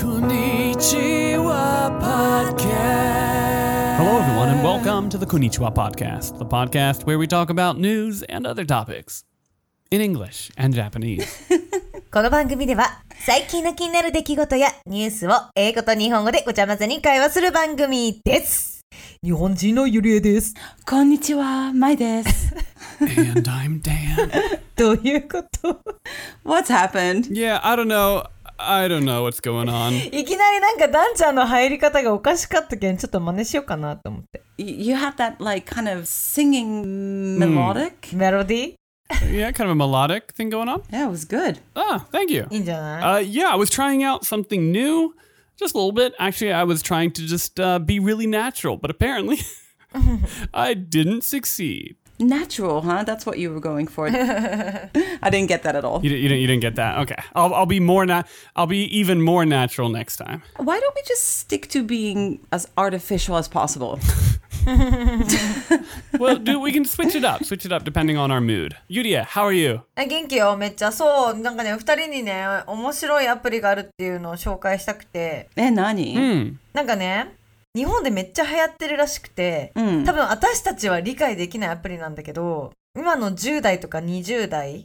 こんにちは、podcast. Hello, everyone, and welcome to the Konnichiwa Podcast, the podcast where we talk about news and other topics in English and Japanese. この番組では最近の気になる出来事やニュースを英語と日本語でごちゃ混ぜに会話する番組です。日本人のゆりえです。こんにちは、まいです。 and I'm Dan. どういうこと What's happened? Yeah, I don't know. I don't know what's going on. いきなりなんかダンちゃんの入り方がおかしかったけんちょっと真似しようかなと思って。 You had that like kind of singing melodic. メロディー Yeah, kind of a melodic thing going on. Yeah, it was good. Ah, thank you. いいんじゃない Uh, yeah, I was trying out something new, just a little bit. Actually, I was trying to just uh, be really natural, but apparently I didn't succeed. Natural, huh? That's what you were going for. I didn't get that at all. You, di- you, didn't, you didn't get that. Okay, I'll, I'll be more na- I'll be even more natural next time. Why don't we just stick to being as artificial as possible? well, do we can switch it up, switch it up depending on our mood. Yuria, how are you? あ元気よ、めっちゃ。そう、なんかね、二人にね、面白いアプリがあるっていうのを紹介したくて。え、何 Hmm. なんかね、日本でめっちゃ流行ってるらしくて、多分私たちは理解できないアプリなんだけど、今の10代とか20代っ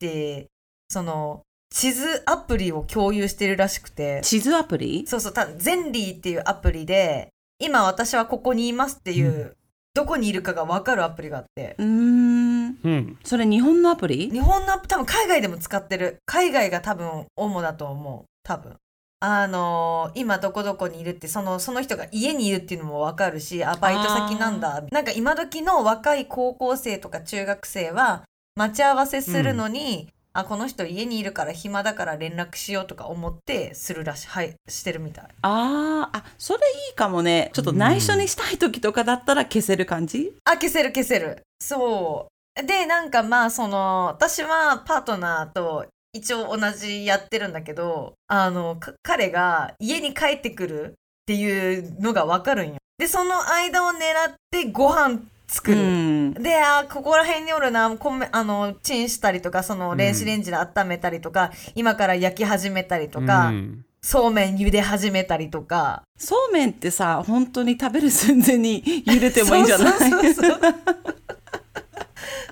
て、その、地図アプリを共有してるらしくて、地図アプリそうそう、たゼンリーっていうアプリで、今私はここにいますっていう、どこにいるかがわかるアプリがあって、うーん。 Hmm. それ日本のアプリ日本の多分海外でも使ってる海外が多分主だと思う多分あのー今どこどこにいるってそのその人が家にいるっていうのも分かるしあバイト先なんだなんか今時の若い高校生とか中学生は待ち合わせするのに、あこの人家にいるから暇だから連絡しようとか思ってするらしい、はい、してるみたいあーあ、それいいかもね。ちょっと内緒にしたい時とかだったら消せる感じあ、消せる消せる。そう。で、なんかまあ、その、私はパートナーと一応同じやってるんだけど、あの、か彼が家に帰ってくるっていうのがわかるんよ。で、その間を狙ってご飯作うる。ん。で、あー、ここら辺におるな、米、あの、チンしたりとか、その、電子レンジで温めたりとか、今から焼き始めたりとか、 Hmm. そうめん茹で始めたりとか、そうめんってさ、本当に食べる寸前に茹でてもいいんじゃないそうそうそうそう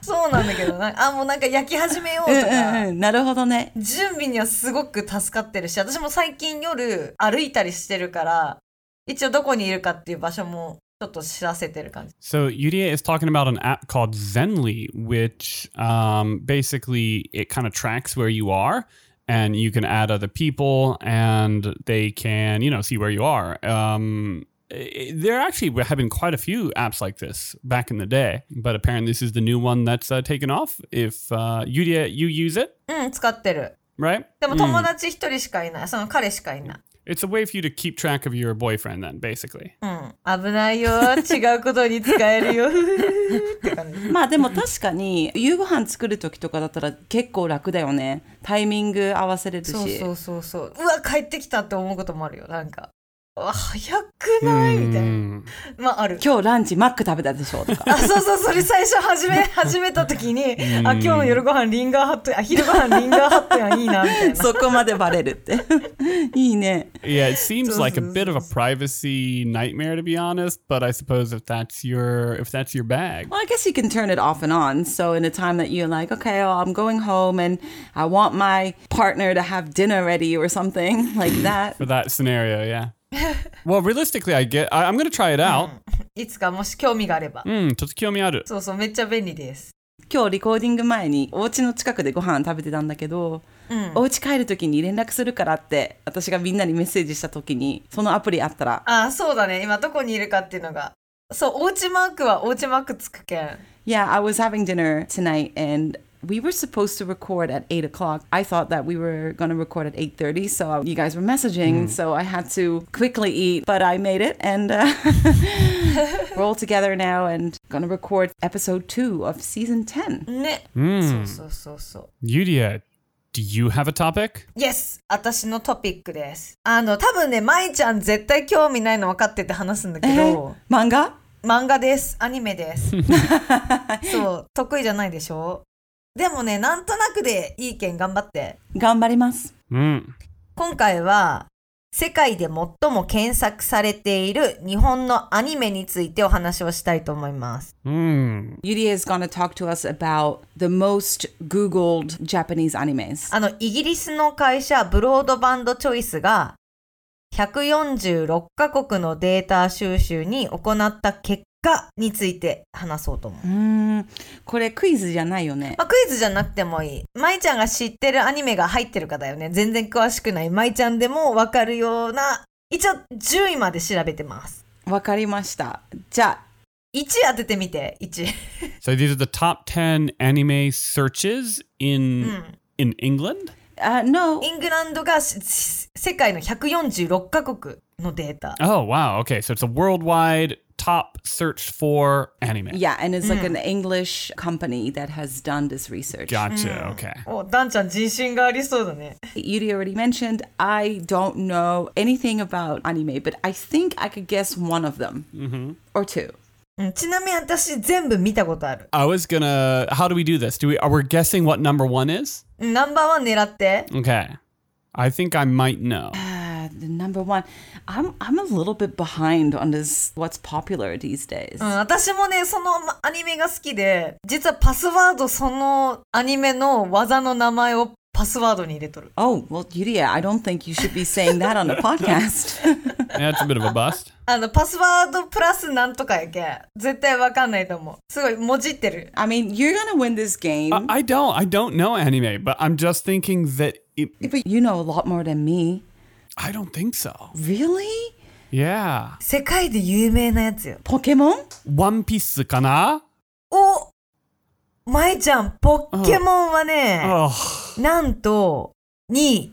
そうなんだけどなあもうなんか焼き始めようとうんうんかうん、なるほどね。準備にはすごく助かってるし私も最近夜歩いたりしてるから一応どこにいるかっていう場所もちょっと知らせてる感じ So Yuria is talking about an app called Zenly, which um, basically it kind of tracks where you are, and you can add other people, and they can you know see where you are. Um, i- there actually have been quite a few apps like this back in the day, but apparently this is the new one that's uh, taken off. If uh, Yuria, you use it, うん使ってる right? でも Mm. 友達一人しかいない、その彼しかいない It's a way for you to keep track of your boyfriend, then, basically. Mm. うん危ないよ違うことに使え るよって感じまあでも確かに夕ご飯作る時とかだったら結構楽だよね。タイミング合わせれるし。そうそうそうそううわ帰ってきたって思うこともあるよなんかうわ早くないみたいな Mm. まあある今日ランチマック食べたでしょとか。 あそうそうそれ最初始め始めた時に「あ今日の夜ご飯リンガーハット やあ昼ご飯リンガーハットやんいいな」みたいな。 そこまでバレる って。いいね。 Yeah, it seems So- like a bit of a privacy nightmare to be honest, but I suppose if that's your if that's your bag. Well, I guess you can turn it off and on. So in a time that you're like, okay, oh, I'm going home and I want my partner to have dinner ready or something like that. For that scenario, yeah. well, realistically, I get I, I'm going to try it out. いつかもし興味があれば。 Mm, totsukiyomiaru. そうそうめっちゃ便利です。今日リコーディング前にお家の近くでご飯食べてたんだけど、お家帰る時に連絡するからって私がみんなにメッセージした時にそのアプリあったらあそうだね今どこにいるかっていうのが。そうおうちマークはおうちマークつくけん。 Yeah, I was having dinner tonight and we were supposed to record at 8 o'clock. I thought that we were going to record at 8.30, so uh, you guys were messaging, so I had to quickly eat, but I made it and uh, we're all together now and going to record episode 2 of season 10. ね。そう Mm. そうそうそう。 Yudia, do you have a topic? Yes! 私のトピックです。あの多分ね舞ちゃん絶対興味ないの分かってて話すんだけど、 manga? 漫画ですアニメです そう得意じゃないでしょでもねなんとなくでいいけん頑張って Hmm, 頑張ります。 Mm. 今回は世界で最も検索されている日本のアニメについてお話をしたいと思います。 Mm. Yuri is going to talk to us about the most Googled Japanese animes. あの、イギリスの会社ブロードバンドチョイスが146カ国のデータ収集に行った結果について話そうと思う。Mm, うーん、これクイズじゃないよね。まあ、クイズじゃなくてもいい。舞ちゃんが知ってるアニメが入ってるかだよね。全然詳しくない舞ちゃんでもわかるような、一応10位まで調べてます。わかりました。じゃあ、 1当ててみて、1。 So these are the top 10 anime searches in in England. uh, no. イングランドがしし世界の146カ国のデータ。 Oh, wow. Okay. So it's a worldwide top search for anime. Yeah, and it's like an English company that has done this research. Gotcha. Okay. お、ダンちゃん自信がありそうだね。 Yuri already mentioned, I don't know anything about anime, but I think I could guess one of them or two. うん、ちなみに私全部見たことある。 I was gonna. How do we do this? Do we? Are we guessing what number one is? うんナンバーワン狙って。 Okay. I think I might know. Uh, the number one, I'm I'm a little bit behind on this. What's popular these days? うん、私もね、そのまアニメが好きで、実はパスワードそのアニメの技の名前をパスワードに入れとる。 oh well, Yuria, I don't think you should be saying that on a podcast. That's a bit of a bust. あの、パスワードプラスなんとかやけん。絶対わかんないと思う。すごい、もじってる。 I mean, you're gonna win this game, I, I don't. I don't know anime, but I'm just thinking that. It, but you know a lot more than me. I don't think so. Really? Yeah. 世界で有名なやつよ。 Pokemon? One Piece かな?おまえちゃん、ポッケモンはね、 Oh. なんと2位。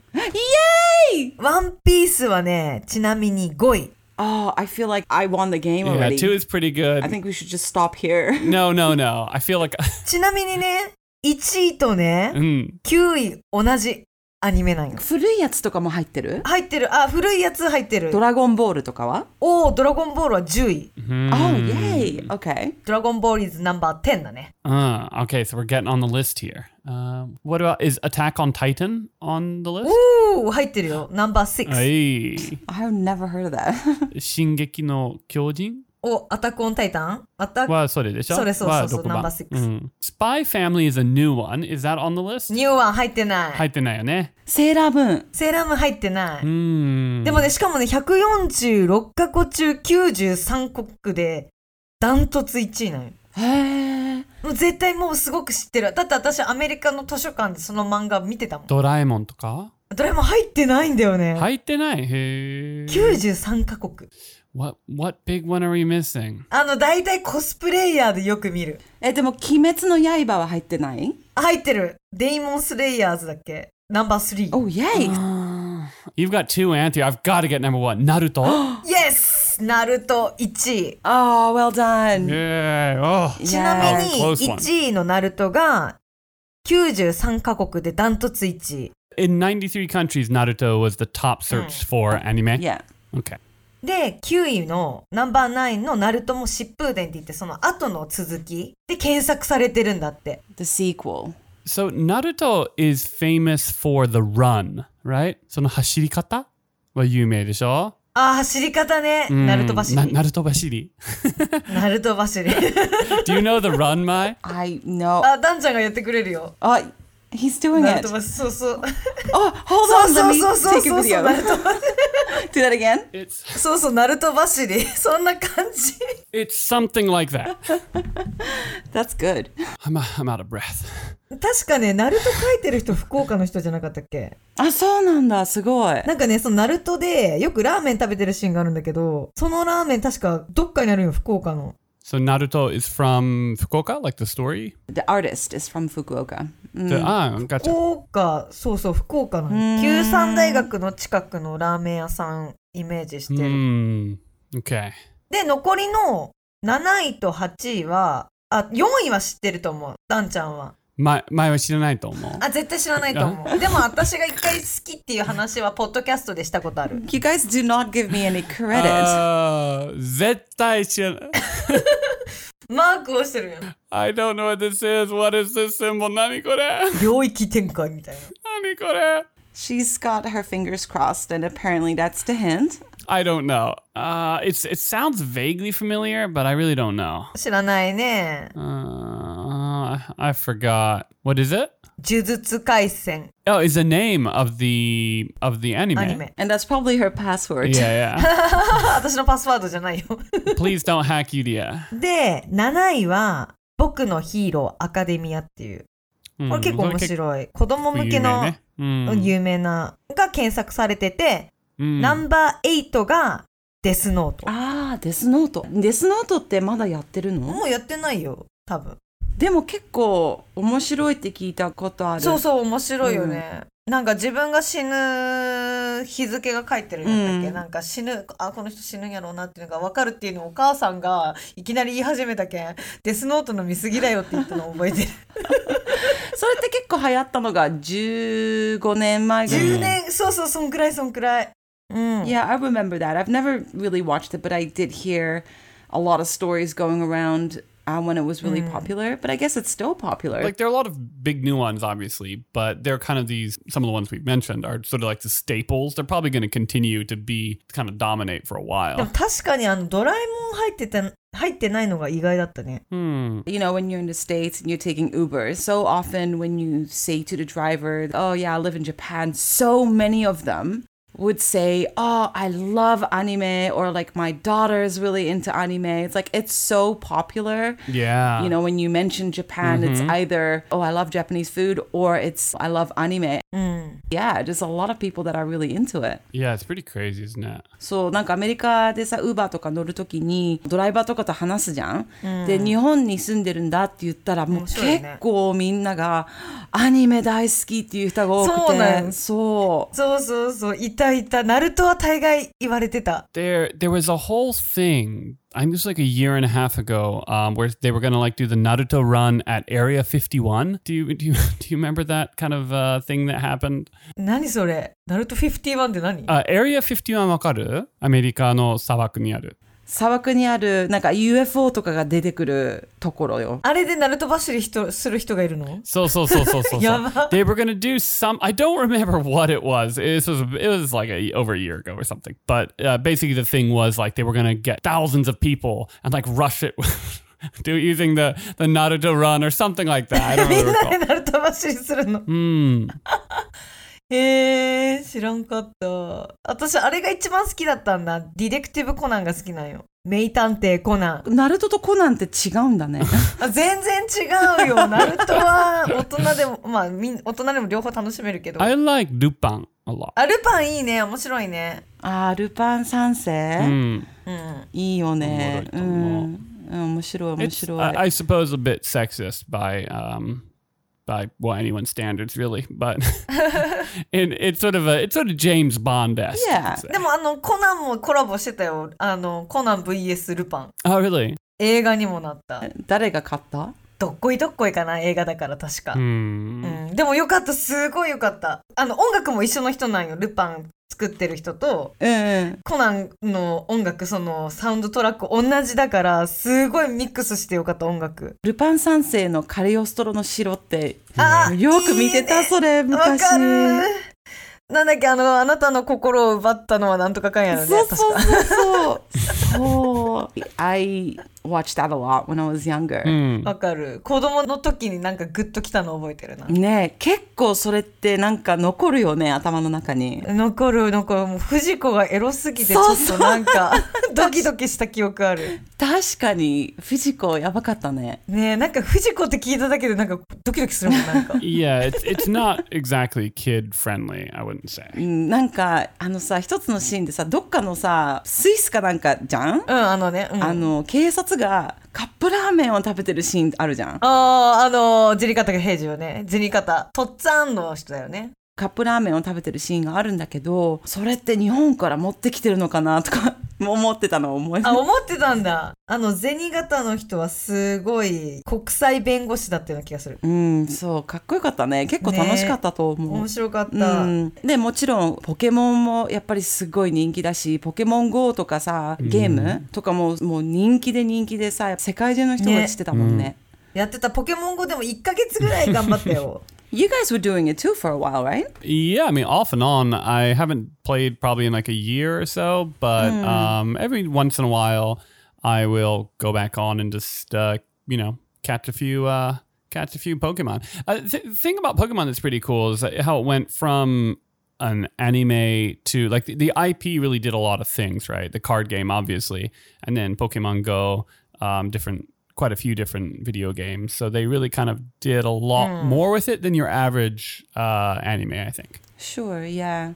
Yay! ワンピースはね、ちなみに5位。 Oh, I feel like I won the game Yeah, already. two is pretty good. I think we should just stop here. no, no, no. I feel like. ちなみにね、1位とね、 Mm. 9位同じアニメなんよ。古いやつとかも入ってる？入ってる。あ、古いやつ入ってる。ドラゴンボールとかは？おお、ドラゴンボールは10位。 Oh, Hmm. yay! Okay. ドラゴンボール is ナンバー10だね。 Uh, okay, so we're getting on the list here. Um, what about is Attack on Titan on the list? おお、入ってるよ。ナンバー6。 Hey, I've never heard of that. Shingeki no Kyojin? お、アタックオンタイタンアタック、はそれでしょそれそうそうそう、number six。Mm-hmm. Spy Family is a new one. Is that on the list? ニューワン入ってない。入ってないよね。セーラームーン。セーラームーン入ってなうい。ん。でもね、しかもね、146カ国中93国で、ダントツ1位なんよ。へえ。もう絶対もうすごく知ってる。だって私、アメリカの図書館でその漫画見てたもん。ドラえもんとかどれも入ってないんだよね。入ってない。へー。 93カ国。 What what big one are we missing? あの、大体コスプレイヤーでよく見る。え、でも、鬼滅の刃は入ってない入ってる。デイモンスレイヤーズだっけナンバー ?Oh, 3。 yay! You've got two, Anthony. I've got to get number one. Naruto. イエスナルト1位。 Oh, well done! yeah. Oh. ちなみ Yes. に、 Close one. 1位のナルトが、93カ国でダントツ1位。 In 93 countries, Naruto was the Mm. top search for anime. Yeah. Okay. で、9位のナンバー9のナルトも疾風伝って言って、その後の続きで検索されてるんだって。 The sequel. So Naruto is famous for the run, right? その走り方は有名でしょああ、走り方ね。ナルト走り。な、ナルト走り。ナルト走り。 Do you know the run, Mai? I know. あ、ダンちゃんがやってくれるよ。 Oh, he's doing ナル it. ト走り。そうそう。そ Oh, う hold on, そう let me そうそう take a そうそう。 video. ナルト Do that again. It's そうそう、ナルト走り。 そんな感じ。 it's something like that. That's good. I'm uh, I'm out of breath. 確かね、ナルト書いてる人、福岡の人じゃなかったっけあ、そうなんだ。すごい。なんかね、そのナルトで、よくラーメン食べてるシーンがあるんだけど、そのラーメン確かどっかにあるよ、福岡の。 So Naruto is from Fukuoka, like the story. The artist is from Fukuoka. Mm, The, ah, gotcha. 福岡そうそう福岡なの九三大学の近くのラーメン屋さんイメージしてる、 Hmm. Okay. で残りの7位と8位はあ4位は知ってると思うダンちゃんは前前は知らないと思う。あ絶対知らないと思うでも私が一回好きっていう話はポッドキャストでしたことあ る You guys do not give me any credit. Uh, 絶対知らない。マークをしてるやん I don't know what this is. What is this symbol? 何これ領域展開みたいな何これ She's got her fingers crossed, and apparently that's the hint. I don't know. Uh, it's it sounds vaguely familiar, but I really don't know. 知らないね。 Uh, I forgot. What is it? 呪術廻戦 Oh, it's the name of the of the anime. アニメ。 And that's probably her password. Yeah, yeah. 私のパスワードじゃ ないよ。 Please don't hack Yudia. で、7位は、僕のヒーローアカデミアっていう。Hmm, これ結構面白い。子供向けの有名な、が検索されてて、hmm. ナンバー8がデスノート。ああ、デスノート。デスノートってまだやってるのもうやってないよ、多分。でも結構面白いって聞いたことある。そうそう、面白いよね。なんか自分が死ぬ日付が書いてるんだっけ、うんなんか死ぬ、あ、この人死ぬんやろうなっていうのが分かるっていうのをお母さんがいきなり言い始めたけん、デスノートの見過ぎだよって言ったのを覚え てる。それって結構流行ったのが15年前ぐらい。 10年、そうそう、そんくらいそんくらい。うん。 Yeah, I remember that. I've never really watched it, but I did hear a lot of stories going around uh, when it was really popular. But I guess it's still popular. Like there are a lot of big new ones, obviously, but they're kind of these. Some of the ones we've mentioned are sort of like the staples. They're probably going to continue to be kind of dominate for a でも while. 確かにあのドラえもん入ってた入ってないのが意外だったね。 Hmm. you know, when you're in the States and you're taking Uber, so often when you say to the driver, Oh, yeah, I live in Japan, so many of them would say, Oh, I love anime, or like my daughter is really into anime. It's like, it's so popular. Yeah. You know, when you mention Japan, it's either, oh, I love Japanese food, or it's, I love anime. うん。 Yeah, there's a lot of people that are really into it. Yeah, it's pretty crazy, isn't it? そうなんかアメリカでさウーバーとか乗るときにドライバーとかと話すじゃん、で日本に住んでるんだって言ったらもう面結白いね構みんながアニメ大好きっていう人が多くてそうなんそうそうそうそう。いたいた。ナルトは大概言われてた。 there there was a whole thing i think it was like a year and a half ago um, where they were gonna like do the naruto run at area 51 do you do you, do you remember that kind of uh, thing that happened 何それナルト51って何 uh, area 51わかる? america no 砂漠にあるなんか UFO とかが出てくるところよあれでナルト走り人する人がいるの so so so so so, so. Yeah. they were gonna do some i don't remember what it was it was it was like a, over a year ago or something but uh, basically the thing was like they were gonna get thousands of people and like rush it do using the the naruto run or something like that i don't み really んな recall でナルト走りするの。 Hmm. へえ、知らんかった。私、あれが一番好きだったんだ。ディテクティブコナンが好きなんよ。名探偵コナン。ナルトとコナンって違うんだねあ全然違う よ。ナルトは大人でも、まあ、みん大人でも両方楽しめるけど。 I like Lupin a lot. アルパンいいね面白いねあールパン三世、 Hmm. うんいいよねおもろいとう思うんうん面白い面 It's, 白い I, I suppose a bit sexist by um, by well anyone's standards really, but and it's sort of a it's sort of James Bond esque. Yeah. でもあのコナンもコラボしてたよあのコナン VS ルパン Oh really? 映画にもなった誰が買ったどっこいどっこいかな映画だから確か、 Hmm. うんでもよかったすごいよかったあの音楽も一緒の人なんよルパン作ってる人とうんうんコナンの音楽そのサウンドトラック同じだからすごいミックスしてよかった音楽ルパン三世のカリオストロの城ってあよく見ていたいねそれわ昔かるなんだっけあのあなたの心を奪ったのはなんとかかんやろねそ確うかそうそうそうそう I watched that a lot when I was younger、 Hmm. わかる子供の時になんかグッときたの覚えてるなねえ結構それってなんか残るよね頭の中に残るなんかもう藤子がエロすぎてちょそうっとなんかドキドキした記憶ある確かにフィジコやばかったねねえなんか藤子って聞いただけでなんかドキドキするもん なんか Yeah, it's it's not exactly kid friendly. I wouldn't say. うんなんかあのさ一つのシーンでさどっかのさスイスかなんかじゃん、うんあのね、うん、ああの警察がカップラーメンを食べてるシーンあるじゃんあーあのージェリカタが平次よねジェリカタとっつぁんの人だよ ねカップラーメンを食べてるシーンがあるんだけどそれって日本から持ってきてるのかなとか思ってたのを思いあ思ってたんだあの銭形の人はすごい国際弁護士だったような気がするうんそうかっこよかったね結構楽しかったと思う、面白かった、うん、でもちろんポケモンもやっぱりすごい人気だしポケモン GO とかさゲームとかももう人気で人気でさ世界中の人がしてたもんね やってたポケモン GO でも1ヶ月ぐらい頑張ったよ You guys were doing it too for a while, right? Yeah, I mean, off and on. I haven't played probably in like a year or so, but um, every once in a while, I will go back on and just uh, you know catch a few uh, catch a few Pokemon. Uh, th- thing about Pokemon that's pretty cool is how it went from an anime to like the, the IP really did a lot of things, right? The card game, obviously, and then Pokemon Go, um, different quite a few different video games. So they really kind of did a lot more with it than your average uh, anime, I think. Sure, yeah.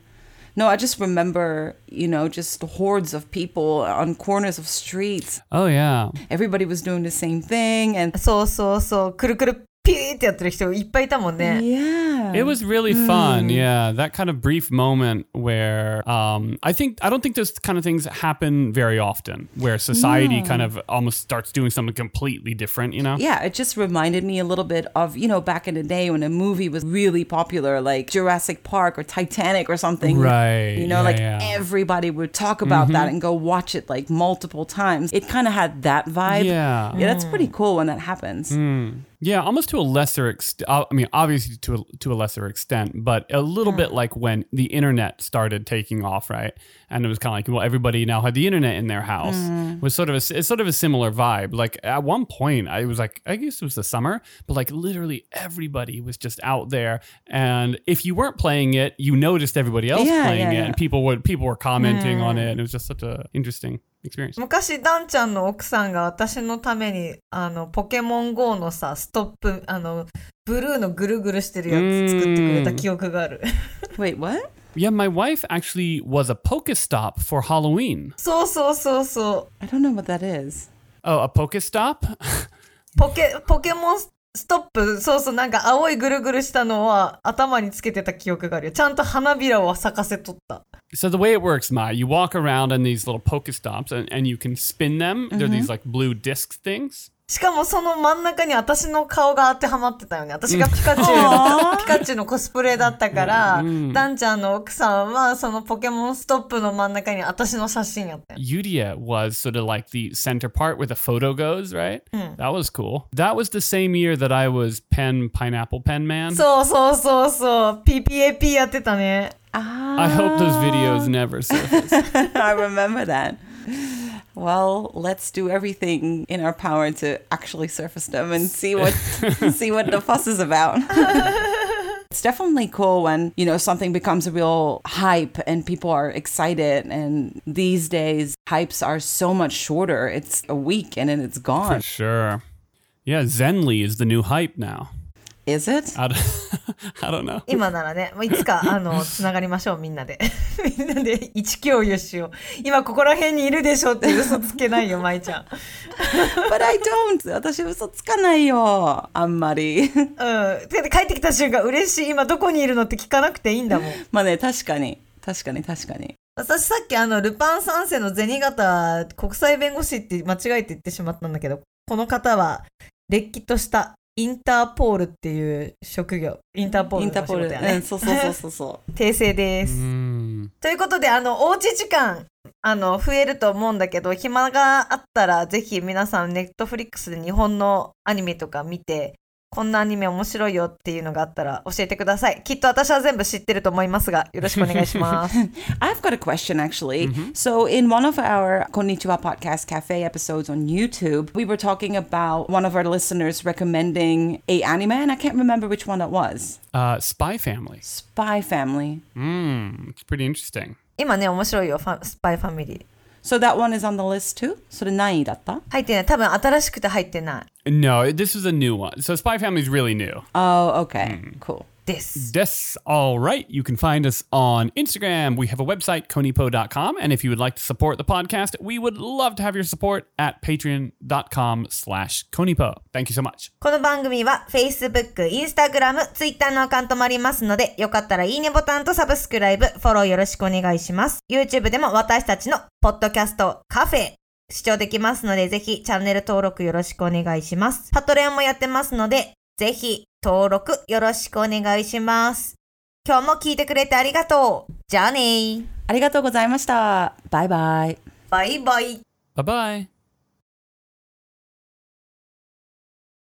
No, I just remember, you know, just hordes of people on corners of streets. Oh yeah, Everybody was doing the same thing. And そうそうそうくるくるピーってやってる人いっぱいいたもんね。 yeah. it was really fun. Yeah, that kind of brief moment where um, I think I don't think those kind of things happen very often, where society kind of almost starts doing something completely different. You know? yeah, it just reminded me a little bit of, you know, back in the day when a movie was really popular, like Jurassic Park or Titanic or something. Right, You know, yeah, like yeah. Mm-hmm. everybody would talk about that and go watch it like multiple times. It kind of had that vibe. Yeah. Mm. Yeah, that's pretty cool when that happens. Yeah, almost to a lesser extent. I mean, obviously to a, to a lesser extent, but a little bit like when the internet started taking off, right? And it was kind of like, well, everybody now had the internet in their house. Mm. Was sort of a, s- it's sort of a similar vibe. Like at one point, I was like, I guess it was the summer, but like literally everybody was just out there, and if you weren't playing it, you noticed everybody else Yeah, playing yeah, it, yeah. and people would people were commenting on it, and it was just such a interesting experience. 昔ダンちゃんの奥さんが私のためにあのポケモン GO のさストップあのブルーのぐるぐるしてるやつ作ってくれた記憶がある Wait, what? Yeah, my wife actually was a Pokestop for Halloween. そうそうそうそ I don't know what that is. Oh, a Pokestop? うポケポケモンストップそうそうなんか青いぐるぐるしたのは頭につけてた記憶があるよちゃんと花びらを咲かせとった、 so the way it works, Ma, you walk around on these little Pokestops and, and you can spin them. They're these like blue disc things. しかもその真ん中に私の顔が当てはまってたよね。私がピカチュウの、 ピカチュウのコスプレだったから、ダンちゃんの奥さんはそのポケモンストップの真ん中に私の写真やったよ。 Yudia was sort of like the center part where the photo goes, right? That was cool. That was the same year that I was Pen Pineapple Pen Man. そうそうそうそう。PPAP やってたね。 I hope those videos never surface. I remember that. Well, let's do everything in our power to actually surface them and see what see what the fuss is about. it's definitely cool when, you know, something becomes a real hype and people are excited and these days hypes are so much shorter. It's a week and then it's For gone. sure. Yeah, Zenly is the new hype now. Is it? I don't, I don't know. 今ならね、もういつか、あの、つながりましょう、みんなで。 みんなで位置共有しよう。今ここら辺にいるでしょって嘘つけないよ、舞ちゃん。 but I don't. 私嘘つかないよ。あんまり。う ん。てか帰ってきた瞬間、嬉しい。今どこにいるのって聞かなくていいんだもん。まあね、確かに。確かに、確かに。私さっきあの、ルパン三世の銭形国際弁護士って間違えて言ってしまったんだけど、この方は、れっきとしたインターポールっていう職業。インターポールインの仕ターポ事ール、やう ねん、。そうそうそうそうそ訂正です。 Mm. ということで、あの、おうち時間、あの、増えると思うんだけど、暇があったら、ぜひ皆さん、ネットフリックスで日本のアニメとか見て、こんなアニメ面白いよっていうのがあったら教えてください。きっと私は全部知ってると思いますが、よろしくお願いします。 う。I've got a question actually. So in one of our Konnichiwa Podcast Cafe episodes on YouTube, we were talking about one of our listeners recommending a anime, and I can't remember which one that was. Uh, Spy Family. Spy Family. Mm, it's pretty interesting. 今ね、面白いよ、ファスパイファミリー。 So that one is on the list too? それ何位だった入ってない。多分新しくて入ってない。 No, this is a new one. So Spy Family is really new. Oh, okay. Cool. です。 Yes, all right. You can find us on Instagram. We have a website, conipo.com. And if you would like to support the podcast, we would love to have your support at patreon.com slash conipo. Thank you so much. この番組は Facebook、Instagram、Twitter のアカウントもありますので、よかったらいいねボタンとサブスクライブ、フォローよろしくお願いします。YouTube でも私たちのポッドキャストカフェ、視聴できますので、ぜひチャンネル登録よろしくお願いします。パトレオンもやってますので、ぜひ登録よろしくお願いします。今日も聞いてくれてありがとう。じゃあねー。ありがとうございました。バイバイ。バイバイ。 Bye bye.